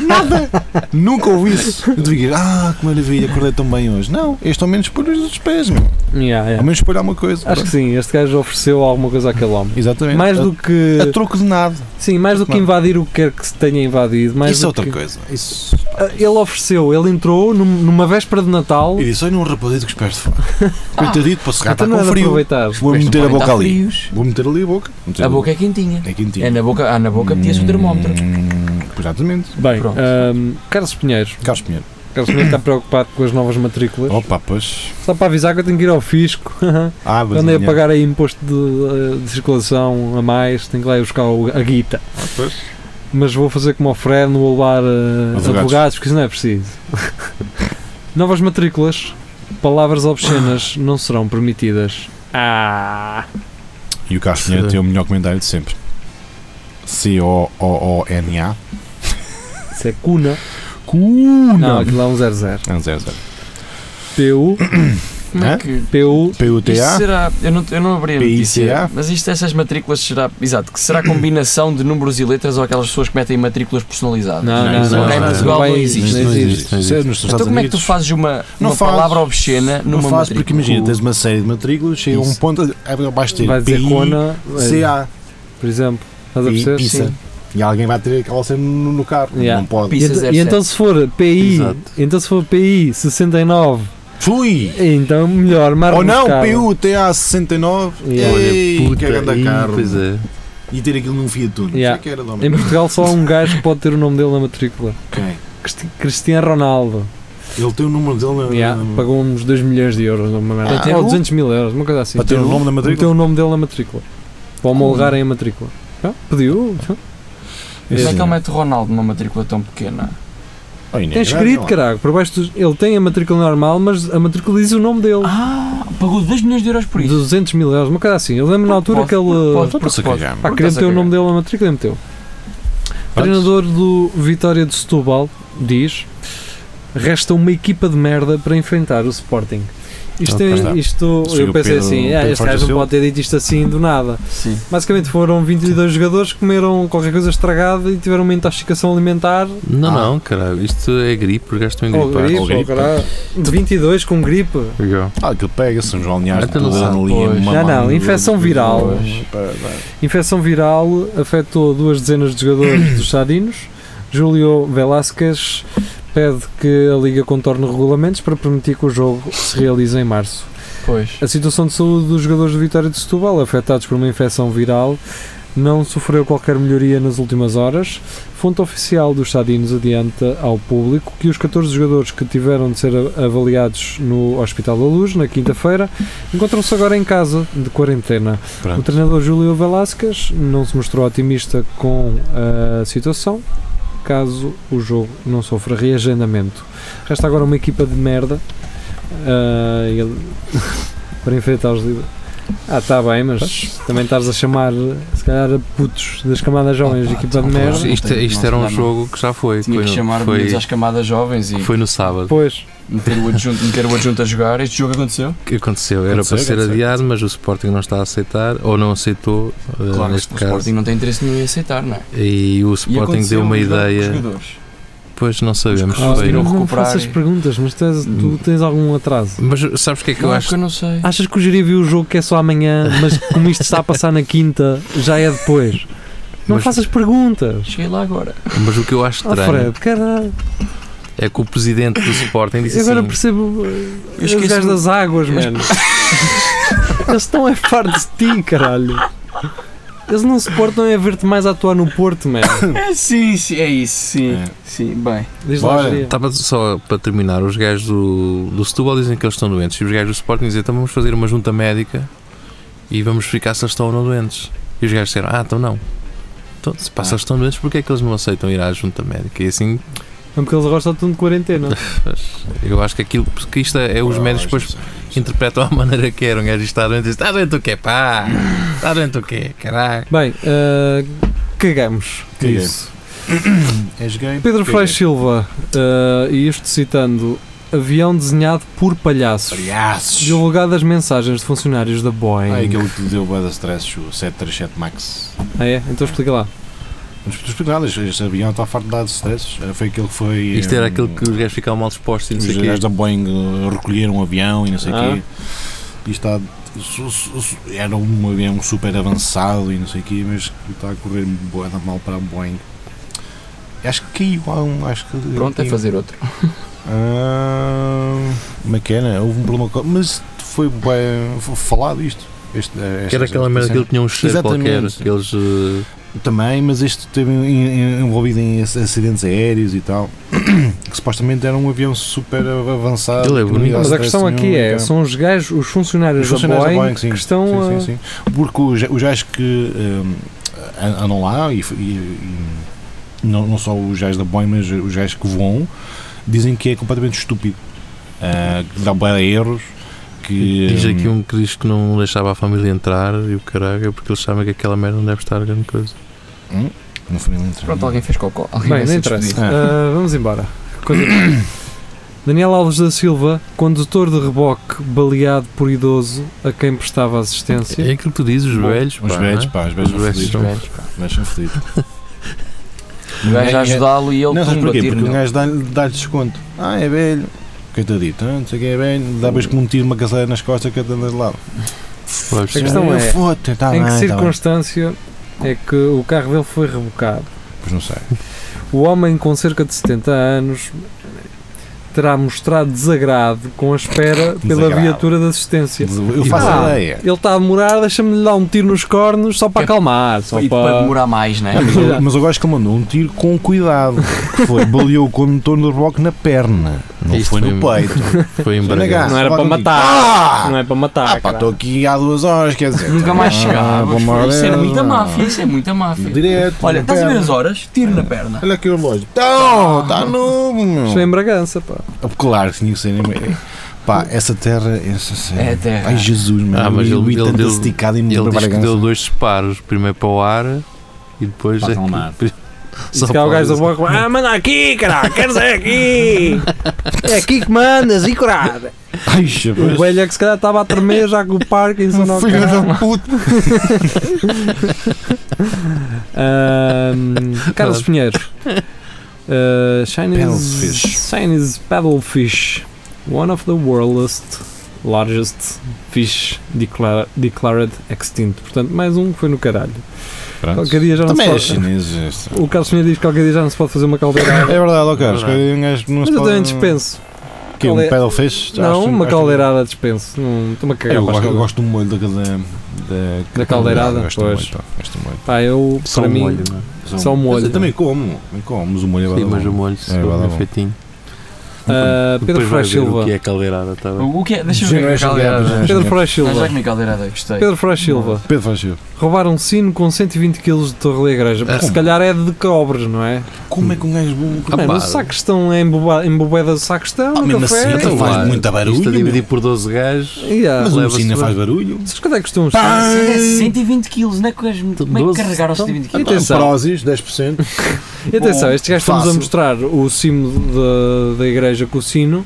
Nada! Nunca ouvi isso. Eu te digo, ah, que maravilha, acordei tão bem hoje. Não, este ao menos por os pés, meu. Yeah, Ao yeah. menos por alguma coisa. Acho que sim, este gajo ofereceu alguma coisa àquele homem. Exatamente. Mais do que. a, a troco de nada. Sim, mais do que Claro. invadir o que quer que se tenha invadido. Mais isso do é outra que- coisa. Isso. Ah, Ele ofereceu, ele entrou num- numa véspera de Natal. E disse, olha um rapadito com os pés de fora. Coitadito, posso chegar, está Então não com é de frio. aproveitar. Vou pés? meter a Não podem boca estar ali. tá frios. Vou meter ali a boca. Meter A boca é quentinha. É quentinha. É na boca, ah, na boca metia-se o termómetro. Hum, Exatamente. Bem, Pronto. ahm, Carlos Pinheiro. Carlos Pinheiro. Carlos Pinheiro está preocupado com as novas matrículas. Opa, pois. Só para avisar que eu tenho que ir ao fisco. Ah, Eu Andei a pagar aí imposto de, eh, de circulação a mais. Tenho que lá ir buscar o- a guita. Ah, Mas vou fazer como o Fred, não vou levar eh, Advogados. advogados, porque isso não é preciso. novas matrículas. Palavras obscenas não serão permitidas. Ah! E o Carlos Pinheiro tem o melhor comentário de sempre. C-O-O-O-N-A. Isso é cuna. Cuna! Não, aquilo é um 00. Não, zero, zero. PU, Como é Hã? que- PU, Isto é P-U-T-A. será, eu não, eu não abri a PICA? notícia, mas isto, essas matrículas será, exato, que será combinação de números e letras ou aquelas pessoas que metem matrículas personalizadas? Não, não, Isso não, cá em não, Portugal não não, vai- existe. não existe. Isso é nos Estados Então como é que tu Unidos. fazes uma, Não uma fazes. palavra obscena Não numa faz porque matrícula? imagina, tens uma série de matrículas, chega a um né, Isso. ponto, abaixo de vai ter dizer cuna, eh, P-I-C-A. por exemplo. Estás a E perceber? pizza. Sim. E alguém vai ter aquela cena no, no carro. Yeah. Não pode. E, Pizza ent- e 07. então se for PI, Exato. então se for PI 69, Fui! então melhor, marca Ou não, buscar. PUTA69. Yeah. Ei, Olha, puta, que grande ih, carro. Pois é. E ter aquilo num Fiat Uno. Yeah. Sei que era de homem. Em Portugal só há um gajo que pode ter o nome dele na matrícula. Quem? Cristi- Cristiano Ronaldo. Ele tem o número dele na. Yeah, na- Pagou uns 2 milhões de euros, uma merda. assim, Para ter Ou o- 200 mil euros, uma coisa assim. Para ter o nome na Meteu matrícula. o nome dele na matrícula. Para homologarem a matrícula. Ah, pediu. Como é que Sim. ele mete Ronaldo numa matrícula tão pequena? Ai, nem Tem é grande, escrito, não. caralho, por baixo dos- Ele tem a matrícula normal, mas a matrícula diz o nome dele. Ah, pagou 2 milhões de euros por isso. 200 mil euros, uma coisa assim. Eu lembro na altura Pode, que ele. pode, Então, pode, está-se a pode. Pá, cagar, mano. Por queria acaso meter o é nome dele na matrícula e meteu. Treinador do Vitória de Setúbal diz: Resta uma equipa de merda para enfrentar o Sporting. Isto, é, Ok. isto Sim, eu o pensei Pedro- assim, ah, Pedro este Fortes gajo não Silva. pode ter dito isto assim do nada. Sim. Basicamente foram 22 jogadores que comeram qualquer coisa estragada e tiveram uma intoxicação alimentar. Não, não, caralho. Isto é gripe, porque gastam em Ou gripar. Ah. Oh, gripe, Oh, ou ou gripe. caralho. De 22 com gripe. Legal. Ah, aquilo pega-se uns balneários de Então Até não sabe, ali, pois. uma Já não, mão, infecção duas, viral. duas, pá, pá. Infecção viral afetou duas dezenas de jogadores dos Sadinos. Júlio Velásquez pede que a Liga contorne regulamentos para permitir que o jogo se realize em março. Pois. A situação de saúde dos jogadores do Vitória de Setúbal, afetados por uma infecção viral, não sofreu qualquer melhoria nas últimas horas. Fonte oficial dos Sadinos adianta ao público que os 14 jogadores que tiveram de ser a- avaliados no Hospital da Luz na quinta-feira encontram-se agora em casa de quarentena. Pronto. O treinador Júlio Velasquez não se mostrou otimista com a situação, caso o jogo não sofra reagendamento. Resta agora uma equipa de merda ah, ele- para enfrentar os líderes. Ah, está bem, mas também estás a chamar, se calhar, a putos das camadas jovens de Opa, equipa de então, merda. Não, não Isto, tem- isto não se era um dá, não. jogo que já foi. Tinha foi, que chamar foi, meninos às camadas jovens e foi no sábado Pois, meter o adjunto, meter o adjunto a jogar. Este jogo aconteceu? que aconteceu. Era Aconteceu, para ser aconteceu. adiado, mas o Sporting não está a aceitar, ou não aceitou, eh, Claro, neste o caso. Sporting não tem interesse nenhum em aceitar, não é? E o E Sporting aconteceu deu uma um jogo com os ideia. jogadores. Pois não sabemos. Os bem. conseguiram ah, não, não recuperar faças e- Hum. perguntas, mas tu és- tu tens algum atraso. Mas sabes o que é que eu Não, acho? eu não sei. Achas que o Jiri viu o jogo que é só amanhã, mas como isto está a passar na quinta, já é depois? Não Mas- faças perguntas. Cheguei lá agora. Mas o que eu acho Ah, estranho Fred, caralho. é que o presidente do Sporting disse Eu agora assim. percebo eh, Eu os gajos esqueço. das águas, Mas- É, mano. Eles estão a par de ti, caralho. Eles não suportam é ver-te mais a atuar no Porto, mano. É, sim, sim, é isso, sim. É. Sim, bem. Diz lá, Bora. Jiri. Estava só para terminar, os gajos do, do Setúbal dizem que eles estão doentes e os gajos do Sporting dizem então vamos fazer uma junta médica e vamos verificar se eles estão ou não doentes. E os gajos disseram, ah, então não. Então, se pá, se eles estão doentes, porque é que eles não aceitam ir à junta médica? E assim, É porque eles agora só estão de quarentena. Tá. eu acho que aquilo, porque isto é, é os Oh, médicos depois interpretam à maneira que era. Um gajo está doente e diz, está doente o quê, pá? Está doente o quê, caralho? Bem, ah, cagamos. Que é Isso. És gay? Pedro Que é Freixo gay? Silva, ah, e isto citando: avião desenhado por palhaços. Palhaços! Divulgado as mensagens de funcionários da Boeing. Ah, é aquele que deu bué de stress, o 737 Max. Ah, é? Então explica lá. Mas tu explica nada, este este avião está farto de dar stress. Foi aquele que foi. Isto era hum, aquilo que os gajos ficavam mal dispostos e não Os sei o quê. gajos da Boeing uh, recolheram um avião e não sei o Ah. quê. E está. su- su- su- Era um avião super avançado e não sei o quê, mas está a correr bué da mal para a Boeing. Acho que caiu. há um- Acho que Pronto, é caiu. fazer outro. Ah, McKenna, houve um problema. co- Mas foi bem f- falado isto. Este, eh, Que era esta- aquela merda que esta ele tinha um cheiro Exatamente. qualquer, que eles eh, cena. Também, mas este esteve em- em- envolvido em ac- acidentes aéreos e tal. Que supostamente era um avião super avançado. Ele é que não bonito. ia dar Mas a stress questão nenhum, aqui é: então. são os gajos, os funcionários, Os funcionários da Boeing, sim. que estão Sim, a. sim, sim. Porque os, os gajos que hum, an- andam lá, e, f- e- e não, não só os gajos da Boeing, mas os gajos que voam, dizem que é completamente estúpido. Ah, que dá bué de erros. Que, diz aqui hum, um que diz que não deixava a família entrar e o caralho, é porque eles sabem que aquela merda não deve estar grande coisa. não foi nem entrar. Pronto, alguém fez cocó. Alguém Bem, vai não ser interessa. despedido. Ah, vamos embora. Continua. Daniel Alves da Silva, condutor de reboque baleado por idoso a quem prestava assistência. É aquilo que tu dizes, os velhos. Os pá, velhos, não é? pá, os velhos Os são velhos fodidos. são- Velhos, pá. Os velhos são fodidos. um- O gajo a ajudá-lo e ele Não, sabes tumba, porquê? tiro Porque o nele. gajo dá-lhe dá desconto. Ah, é velho. Coitadito, ah, não sei o que é velho. Dá vez que me tiro uma caçada nas costas que eu ando de lado. Pois, A questão Ah, é, foda-te, tá em que bem, tá bem. circunstância é que o carro dele foi rebocado? Pois não sei. O homem com cerca de 70 anos terá mostrado desagrado com a espera pela Desagrado. viatura de assistência. Eu faço Ah, ideia. Ele está a demorar, deixa-me lhe dar um tiro nos cornos só para É- acalmar. Só E para para... demorar mais, né? Ah, mas, eu, mas eu gosto que ele mandou um tiro com cuidado. Que foi, baleou o condutor do rock na perna. Não Isto foi no foi- peito. foi Negar. embargado. Não era é só para contigo. matar. Ah! Não é para matar. Ah, pá, estou caralho. aqui há duas horas, quer dizer. Nunca mais ah, chegava. pelo amor de Isso é Deus, muita não. máfia, isso é muita máfia. Direto. Olha, na estás a ver perna. as horas? Tiro na perna. Olha aqui o relógio. Então, está novo, Isto é meu. Ah, em Bragança, pá. Claro que tinha que ser. em- Pá, essa terra. Essa É a terra. Ai, Jesus, meu. Ah, mas eu ele- vi ele tanta deu- esticada em Ele diz que Bragança. deu dois disparos, primeiro para o ar e depois. é Para aqui- acalmar. E se cá o gajo da boca, ah, manda aqui, caralho, queres é aqui! É aqui que mandas, e corada! Ai, chapas. O velho é que se calhar estava a tremer já com o Parkinson ao Filho caralho. da puta. Ahm, Carlos Pinheiro. Uh, Chinese, Paddlefish. Chinese paddlefish, one of the world's largest fish declara- declared extinct. Portanto, mais um que foi no caralho. Pronto. Qualquer dia já não Também é se pode. chinês. este. O Carlos Pinheiro diz que qualquer dia já não se pode fazer uma É caldeira. verdade, ó Carlos. É verdade. que um gajo não Mas se eu pode- também dispenso. Que um Caldeira- pedal fish? Não, uma caldeirada dispenso. Não, Estou-me a cagar. Eu para as gosto, eu coisas. gosto do molho da, da, da, Da caldeirada, Gosto do molho, pois. pá, gosto do molho. Pá, eu, Só para um mim, molho, não é? só um Mas molho. eu também como, também como, mas o molho é Sim, bada mas o bom. molho, É, vai lá é, bom. feitinho. Ah, Pedro Depois vai ver Freire o Silva. que é caldeirada, tá bem? O o que é? Deixa-me ver a Generation Gap, caldeirada. já. Pedro Freire Ah, já Silva. que na caldeirada eu gostei. Pedro Freire Silva. é Pedro faz cheiro. Roubaram um sino com 120 kg de torre da igreja. Porque se calhar é de cobres, não é? Como é que um gajo bom. Ah, Mano, pá. o sacristão é emboba- embobeda do sacristão, Ah, no mesmo café. assim, Então faz vai. muito barulho, Isto a dividir meu. por 12 gajos. Yeah. Mas o Leva-se sino bem. faz barulho. Sabes quanto é que custou um Pá! sino? Cento- 120 quilos, não é que o gajo- como é que Doze, carregaram 120 então. quilos? Atenção. Prósis, 10%. E atenção, este gajo estamos a Fácil. mostrar o sino da, da igreja com o sino.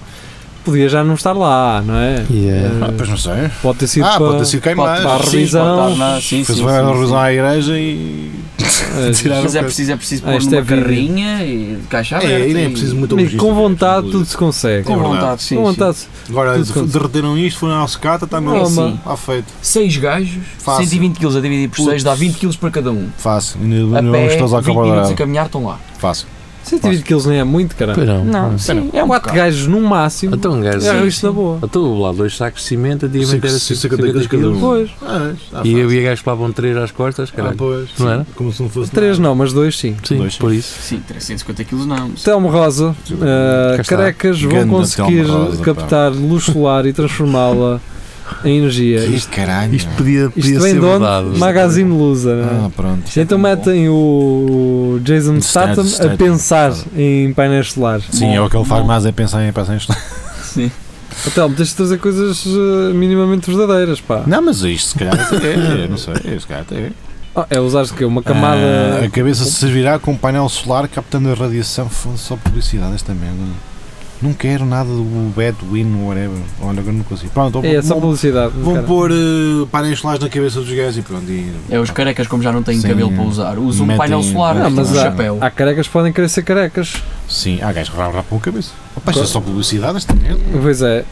Podia já não estar lá, não é? Yeah. Eh, Ah, pois não sei. pode ter sido Ah, para, pode ter sido queimado. para a Sim, revisão. pode dar, não, sim, Fez sim, uma sim, revisão à igreja e. Eh, Tiraram Mas o é pé. preciso, é preciso Ah, pôr isto numa é vídeo. carrinha e de caixa aberta. É, e nem é preciso muito mas com logística. vontade tudo se consegue. Com É verdade. vontade, sim. com vontade. Agora Tudo quanto- derreteram isto, foram à secata, está É no. assim. Está feito. 6 gajos, Fácil. 120 quilos a dividir por 6 dá 20 quilos para cada um. Fácil. A Ainda não pé, 20 estás a minutos a acabar. caminhar estão lá. Fácil. 120 kg nem é muito, caramba. Pois não. Ah. sim, é um 4 bocado. gajos no máximo. Então um gajo. é o risco da boa. Então o lá, dois sacos de cimento, antigamente Cinco- era cinco- 50 cinquenta quilos. cada um. Pois. Ah, está E fácil. havia gajos que levavam três às costas, Ah, caralho. pois. Não era? Como se não fosse. Três não, mas dois sim. Sim, Dois. por isso. Sim, 350 quilos não. Telmo Rosa, uh, Cá está. carecas vão Ganda conseguir Telmo Rosa, pá. captar luz solar e transformá-la em energia. eh, Isto, Isto, caralho. Isto podia, podia isto vem ser de onde? verdade. Magazine Lusa. não é? Ah, pronto. Isto é então tão bom. metem o Jason Statham Statham, a Statham. pensar Tá em painéis solares. Sim, é o que ele faz mais é pensar em pensar em isto. Sim. Oh, Telmo, tens de trazer coisas uh, minimamente verdadeiras, pá. Não, mas isto se calhar é, é, não sei, é, se calhar até é. Oh, é usar o quê? Uma camada. Ah, a cabeça servirá com um painel solar captando a radiação, Foda-se, só publicidade esta merda. Não quero nada do bad win, whatever. Olha, agora não consigo. Pronto, é, só vão, publicidade. vão cara. pôr eh, painéis solares na cabeça dos gajos e pronto. E, É, os carecas, como já não têm Sim. cabelo para usar, usam um Metem- painel solar, Não, não, mas um há- chapéu. Há carecas que podem querer ser carecas. Sim, há gajos que rapam a cabeça. Opa, isto é só publicidade esta merda. Pois é.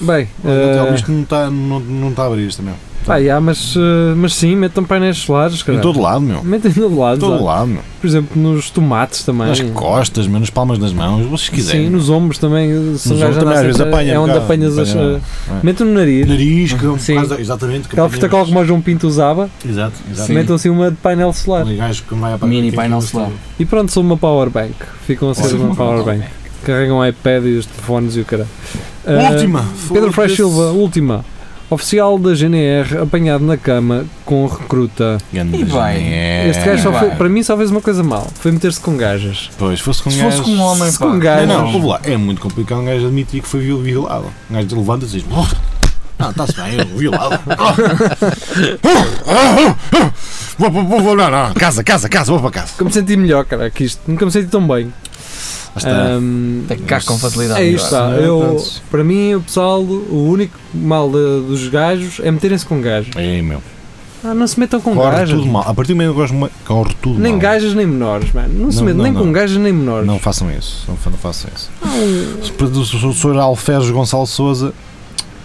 Bem, Olha, uh, Telmo, Isto não está não, não está a abrir esta merda. Pá, já, mas, eh, mas sim, metam painéis solares, Em cara. todo lado, meu. Metem de todo lado, Em todo sabe? lado, meu. por exemplo, nos tomates também. Nas costas, meu, nas palmas das mãos, vocês Sim, quiserem. nos ombros também. Se um Nos gajo ombros também, andar às vezes sempre- apanha é um onde bocado, apanhas as. apanha, eh, é. Metam no nariz. Nariz, que é um Sim. bocado- exatamente. que Aquela apanhamos. fitacola como o João Pinto usava, Exato, exato. metam assim uma de painel solar. Um gajo que vai à Mini que- painel que- solar. E pronto, são uma power bank. Ficam a ser Ótimo. uma power bank. Carregam o iPad e os telefones e o cara. Última! Pedro Freire Foda-se. Silva, última. Oficial da GNR apanhado na cama com recruta. Ganda E vai. genial. este gajo só vai. fez, para mim só fez uma coisa mal. Foi meter-se com gajas. Pois, fosse com um Se gajo. fosse com um homem, se pá. com um gajo- Não, não, vamos lá. É muito complicado um gajo admitir que foi viol- violado. Um gajo levanta-se e diz: "Oh, Não, está-se bem, eu violado. Oh. Oh, oh, oh, oh. Vou, vou, vou, vou, não, não, casa, casa, casa, vou para casa. Nunca me senti melhor, cara, que isto. Nunca me senti tão bem. Lá está. Ahm, Tem que cá com facilidade. é isto, não está. é? Eu, Portanto- para mim, o pessoal, o único mal de- dos gajos é meterem-se com gajos. Ei, meu. Ah, não se metam com Corre gajas. tudo mal. A partir do momento que eu gosto de corre tudo Nem mal. gajas nem menores, mano. Não se Não, metam não, nem com não. gajas nem menores. Não façam isso. Não, fa- não façam isso. Se o professor Alferes Gonçalo Souza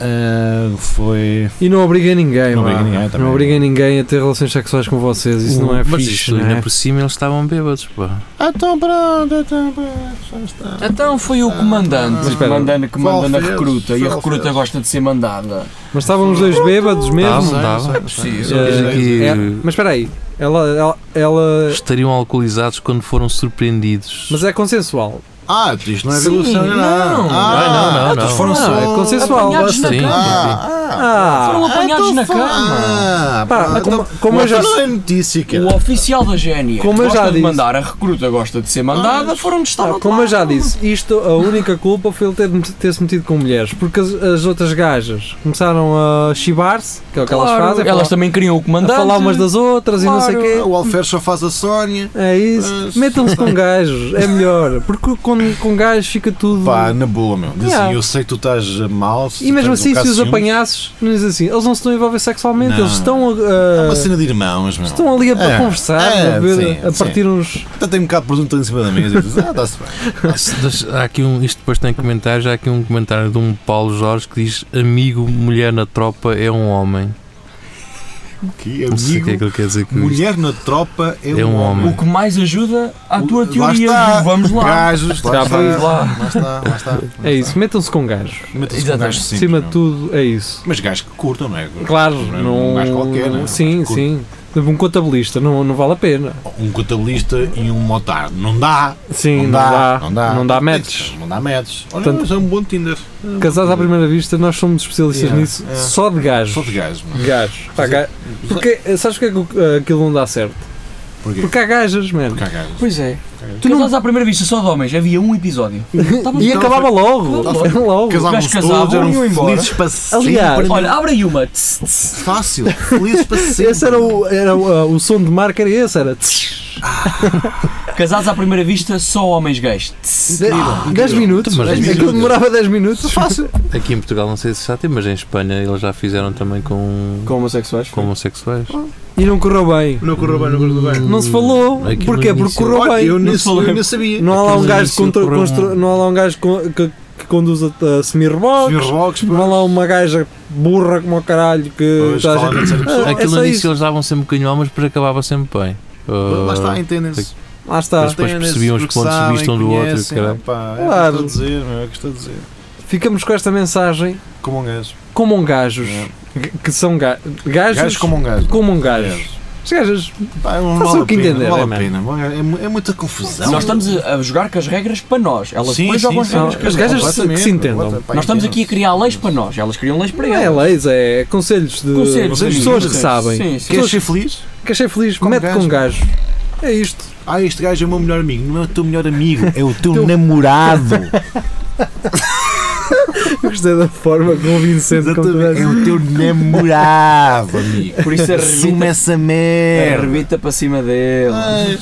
ah, foi. E não obriguem ninguém, Não mano. obriguem ninguém também. Não obriguem ninguém a ter relações sexuais com vocês. Isso não é Mas fixe, isto, não ainda é? por cima eles estavam bêbados, pá. Ah, então pronto, então pronto, já está. Então foi o comandante, Mas o espera, comandante que manda na Alfredo, recruta e a Alfredo. recruta gosta de ser mandada. Mas estavam os dois bêbados mesmo. Tá. Estavam, Não é estavam. possível. Eles aqui, É, mas espera aí. Ela, ela, ela- É. Estariam alcoolizados quando foram surpreendidos. Mas é consensual. Ah, isto não é Sim, violação nem nada. não. Ah, Ah, não, não, não. foram Ah, só é consensual. Apanhados na Sim. cama. Ah, Ah, Foram apanhados então na foi- cama. Ah, Pá, pá, como- então- como eu já- Mas não é notícia, cara. O oficial da GNR Como eu gosta já de disse. mandar, a recruta gosta de ser mandada, foram de estar ah, no como eu outro já lado. disse, isto a única culpa foi ele ter, ter-se metido com mulheres, porque as, as outras gajas começaram a chibar-se, que é o que Claro, elas fazem, elas falar, também criam o a comandante. falar umas das outras e não sei o quê. Ah, O Alfer só faz a Sónia. É isso. Ah, Metam-se com gajos, é melhor. Porque com, com gajos fica tudo. Pá, na boa, meu. Diz Hum. Yeah. assim, eu sei que tu estás eh, mal. se e tu tens mesmo um assim, se caso de os ciúmes. apanhasses, não diz assim, eles não se estão a envolver sexualmente, Não. eles estão a. É uma a- cena de irmãos, meu. Estão ali a, a É, conversar, é, a, ver, sim, a sim. partir uns. Até tem um bocado de presunto em cima da mesa e dizes, ah, está-se bem. Se das- Há aqui um, isto depois tem comentários. Há aqui um comentário de um Paulo Jorge que diz: Amigo, mulher na tropa é um homem. Que Não sei o que é amigo. que ele quer dizer com isto. Mulher na tropa é, É um homem. O que mais ajuda à O- tua lá teoria está. do vamos lá. Gajos, lá Já está, foi lá. lá está, lá está. É isso, metam-se com gajos. Metas com um Exatamente. gajo simples, Acima meu. de tudo, é isso. Mas gajos que curtam, não é? Claro, Não é não. um gajo qualquer, não é? Sim, Curto. sim. Tipo, Um contabilista não, não vale a pena. Um contabilista e um motardo. Não dá. Sim, não, dá, Não dá, matches. Não dá matches. Olha, Portanto- mas é um bom Tinder. Casados à primeira vista, nós somos especialistas Yeah, nisso, yeah. só de gajos. Só de gajo, mano. Gajos. Pá, ga- Porque, sabes porque é que o- aquilo não dá certo? Porquê? Porque há gajas, mano. Porque há gajos. Pois é. Tu Tu não- à primeira vista só de homens, havia um episódio. e então acabava logo. Acabava Era logo. Casavam-se gajos casavam todos, eram e iam embora. felizes para sempre. Aliás, Olha, abre aí uma. Tss, tss. Fácil, felizes para sempre. Esse era o, era o, ah, o som de marca, era esse, era. Casados à primeira vista, só homens gays. Tss. 10 Ah, minutos. Mas dez Aquilo minutos. demorava 10 minutos. Fácil. Aqui em Portugal não sei se já tem, mas em Espanha eles já fizeram também com, Com homossexuais? com homossexuais. E não correu bem. Não correu bem, não correu bem. Não se falou. Aquilo Porquê? Hum, é no Porque início- correu Olha, bem. eu Não nem se falou. eu nem sabia. Não há lá um Aquilo no gajo início contra- correu constru- um- não há lá um gajo con- que que conduz a a Os semi-reboques. rocos, Não há lá uma gaja burra como o caralho que Pois, toda a fala na gente- terceira pessoa. Ah, é Aquilo só no início isso. eles davam sempre um bocadinho mal, mas depois acabava sempre bem. Ah, Lá está, entendem-se. Lá está. Mas depois percebiam os pontos de vista um do outro, caralho. Claro. Claro. É o que estou a dizer, meu, é o que estou a dizer. Ficamos com esta mensagem. Como um gajo. Comam gajos. É. g- Que são ga- gajos. Gajos como um gajo. Comam gajos. É. Os gajos. Pá, não Façam vale o que a pena, entenderem, não vale a man. pena. Bom, É, mu- é muita confusão. Nós estamos a a jogar com as regras para nós. Elas Sim, depois sim, jogam as sim. é regras As para nós. gajas que se entendam. Pá, Nós estamos entendo-se. aqui a criar leis para nós. Elas criam leis para Não é elas. leis, é conselhos de Conselhos, de sim, pessoas que conselhos. Sim, sabem. sim. Queres Pessoas ser feliz? Quer ser feliz, Como mete gajo. com gajo. É isto. Ah, este gajo é o meu melhor amigo. Não é o teu melhor amigo, é o teu namorado. Eu Gostei da forma como o Vincent Exatamente. É contou. o teu namorado, amigo. Por isso é Assuma arrebita, essa merda. arrebita para é, cima dele. Ah,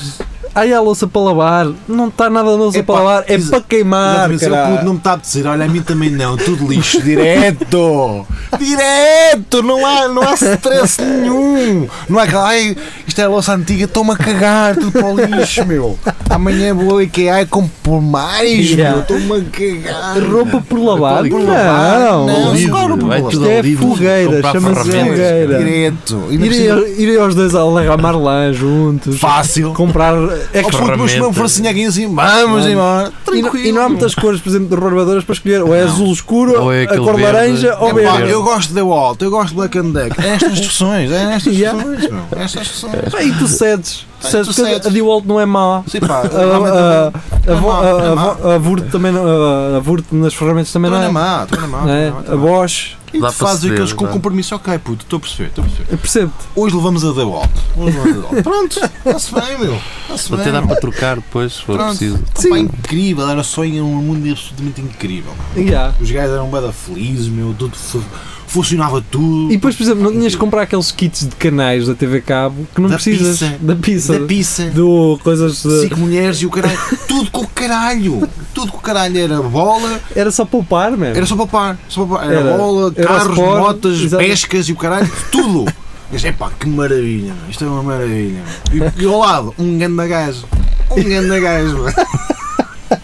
Ai, a louça para lavar. Não está nada a louça Epá, para lavar. É exa- para queimar. Exatamente, se caralho. Ah, eu puto não me está a apetecer, olha, a mim também não, tudo lixo, direto! Direto! Não há, não há stress nenhum! Não há aquela, ai, isto é a louça antiga, estou-me a cagar, tudo para o lixo, meu! Amanhã vou ao IKEA e é, compro mais, Yeah. meu, estou-me a cagar! Roupa por lavar? Por Não, um. lavar? não. Não, Isto agora por vai lavar. tudo então, é ali, fogueira, comprar chama-se ferramentas. fogueira. Direto! E assim, não Irem precisa- irem aos dois ao Larramar lá juntos. Fácil! Comprar. É Ao que- puto, mas se não for assim, alguém assim, vamos embora! e, não, Tranquilo! e não há muitas cores, por exemplo, de barbadoras para escolher. Ou é azul escuro, Ou é a aquele cor verde. laranja Oh, ou É Epá, verde. eu gosto de The Walt, eu gosto de Black and Deck. É estas discussões, é estas Yeah. discussões, meu. É estas discussões. Pá, E tu cedes. Tu Bem, cedes tu porque cedes. a Dewalt não é má. Sim, pá, A- a- realmente a- a vo- má, a- é a má. vo- A Vurt também não- a- a Vurt nas ferramentas também não também não é é. má, também não é má, não é? também A não é má. Bosch, E Dá tu para fazes ceder, aqueles com dá. compromisso, ok, puto, estou a perceber, estou a perceber. eu percebo-te. Hoje levamos a The Walt. Hoje levamos a The Walt. Pronto, está-se bem, meu. Está-se bem. Até dá para trocar depois, se for Pronto. preciso. É Pá, incrível, era só em um mundo absolutamente incrível. Yeah. Os gajos eram bada felizes, meu, tudo fu- funcionava tudo. E depois, por exemplo, não tinhas de comprar aqueles kits de canais da TV Cabo que não Da precisas pizza. da pizza, da pizza. do coisas de. Cinco mulheres e o caralho, tudo com o caralho, tudo com o caralho, era bola, Era só poupar, mano. Era só para par, só para par. Era, Era- bola, era carros, sport, motas, exato. pescas e o caralho, tudo. Mas é pá, que maravilha, meu. isto é uma maravilha. meu. E, e ao lado, um ganda gajo. Um ganda gajo, meu.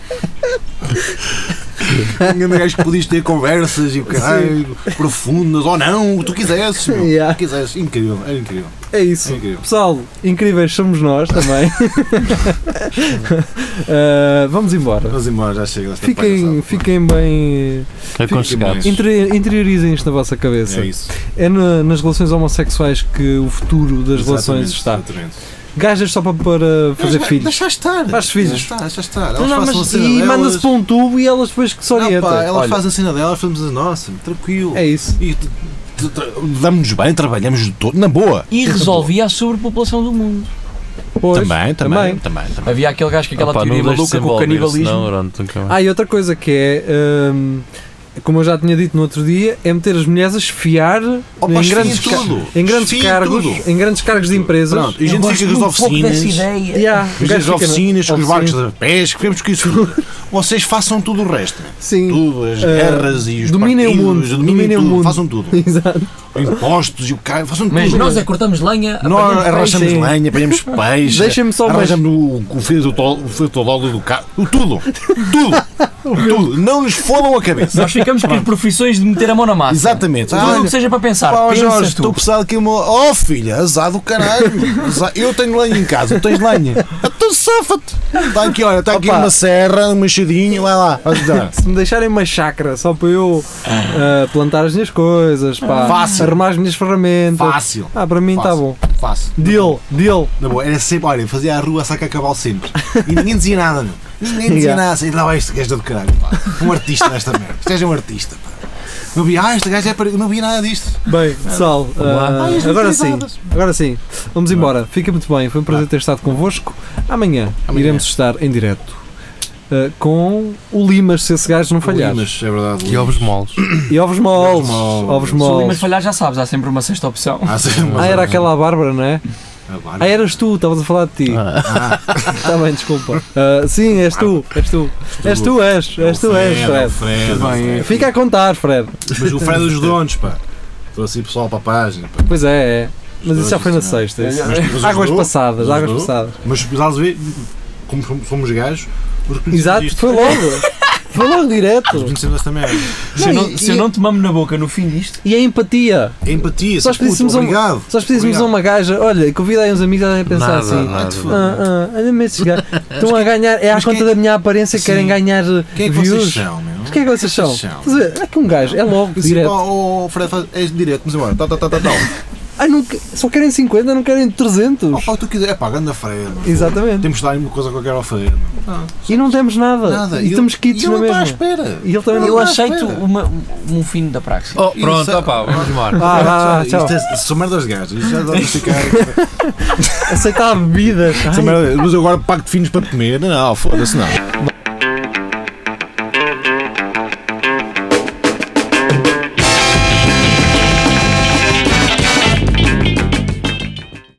Um ganda gajo que podias ter conversas e o caralho, profundas ou não, o que tu quisesses, meu. Yeah. O que quisesses, incrível, era incrível. É isso. É incrível. Pessoal, incríveis somos nós também. Ah, vamos embora. Vamos embora, já chega. desta palhaçada. Fiquem, fiquem bem. Aconchegados. interi- Interiorizem isto na vossa cabeça. É isso. É na- nas relações homossexuais que o futuro das relações Exatamente, está. exatamente. gajas só para, para fazer Mas, filhos. Deixa estar. Faz filhos. Deixa estar, deixa estar. Elas Não, façam a mas, cena e delas. manda-se para um tubo e elas depois que se Não, orientam. pá, elas Olha. fazem a cena delas, fazemos a nossa, tranquilo. É isso. E tu- tu- tu- Damos-nos bem, trabalhamos todo, na boa. E resolvia a sobrepopulação do mundo. Pois. também, também, também, também. Havia aquele gajo com aquela Opa, teoria não deixes maluca com o desenvolver-se, canibalismo. Não, Ronaldo, nunca mais. Ah, e outra coisa que é, hum, como eu já tinha dito no outro dia, é meter as mulheres a esfiar Opa, em, esfiem grandes ca- tudo. em grandes Esfiem cargos, tudo. em grandes cargos de empresas. Pronto, e a gente fica com as oficinas. Yeah, o gajo Os das fica na- oficinas, com os oficina. barcos da pesca, ficamos com isso. Vocês façam tudo o resto. Sim. Tudo, as Eh, guerras e os dominem o partidos, mundo, dominem, dominem o tudo, mundo. façam tudo. Exato. Impostos e o caralho, façam Mas tudo. nós é cortamos lenha, Nós apanhamos arrachamos sim. lenha, apanhamos peixe, Deixa-me só mais- arranjamos o, o fio do tol- o fio do toldo do carro, o tudo, tudo, tudo. Não nos fodam a cabeça. Nós ficamos com as profissões de meter a mão na massa. Exatamente. Tudo Ah, o que seja para pensar. Pá, pensa Jorge, tu. estou precisado aqui uma. Oh filha, azar do caralho. Azar- Eu tenho lenha em casa, tu tens lenha. Então safa-te. Está aqui, olha, está aqui Opa. uma serra, um machadinho, vai lá, vai ajudar. Se me deixarem uma chácara só para eu ah, plantar as minhas coisas, pá, Fácil. arrumar as minhas ferramentas. Fácil. Ah, para mim está Fácil. bom. Fácil. Deal, deal. Na boa, era sempre, olha, fazia a rua a sacar cavalo sempre. E ninguém dizia nada, meu. Ninguém dizia Yeah. nada. E lá vai este gajo do caralho, pá. Um artista nesta merda. Este gajo é um artista, pá. Não vi, ah, este gajo é para. Eu não vi nada disto. Bem, pessoal, ah, agora sim, agora sim, vamos embora. Fica muito bem, foi um prazer ter estado convosco. Amanhã, iremos estar em direto ah, com o Limas, se esse gajo não falhar. Mas é verdade. Que ovos moles. E ovos moles, ovos Se o Lima moles. falhar, já sabes, há sempre uma sexta opção. Ah, sim, mas- Ah, era aquela a Bárbara, não é? Agora. Ah, eras tu, estavas a falar de ti. Está bem, desculpa. Ah, sim, és tu, és tu. És tu, és, és tu, és, Fred, Fred. Fred, Bem, é. Fica a contar, Fred. Mas o Fred dos donos, pá. Trouxe aí pessoal para a página, pá. Pois é, é. Mas isso já foi na sexta. isso. Águas passadas, águas ajudou. passadas. Mas estás a ver, como somos- somos gajos, os reconhecemos Exato, isto. foi logo. Foi logo direto. Reconhecemos esta merda. Se eu Não, não, e- é- se eu não te mamo na boca no fim disto, E a empatia. É empatia, só Só acho que dissemos um- obrigado. Só se pedíssemos a uma gaja, olha, convidei uns amigos a pensar Nada, assim. nada. Ah, ah, olha-me estes gajos. Estão a ganhar, é à mas conta quem- da minha aparência, Sim. querem ganhar eh, Quem é que vocês views. são, meu? Quem é que vocês são? são? Estás a ver? É que um gajo, é logo, Direto. direto. Oh, oh, Fred, faz- és direto, mas agora. Tá, tá, tá, tá, tá. Ah, não, que- só querem 50, não querem 300. Oh, pá, o que tu quiser. É pá, ganda Fred. meu. Exatamente. Temos de dar uma coisa qualquer ao Fred. meu. E não temos nada. Nada. E, estamos quites e ele na não está à mesma. espera. E ele também não eu dá aceito espera. uma- um fim da praxe. Oh, pronto, Isso. opá, vamos embora. Ah, ah, ah, Isto tchau. é- são merdas de gajos. Isto já dá para ficar. é- Aceitar bebidas. Ai, Essa merda- Mas eu agora pago de finos para comer. Não, foda-se, não.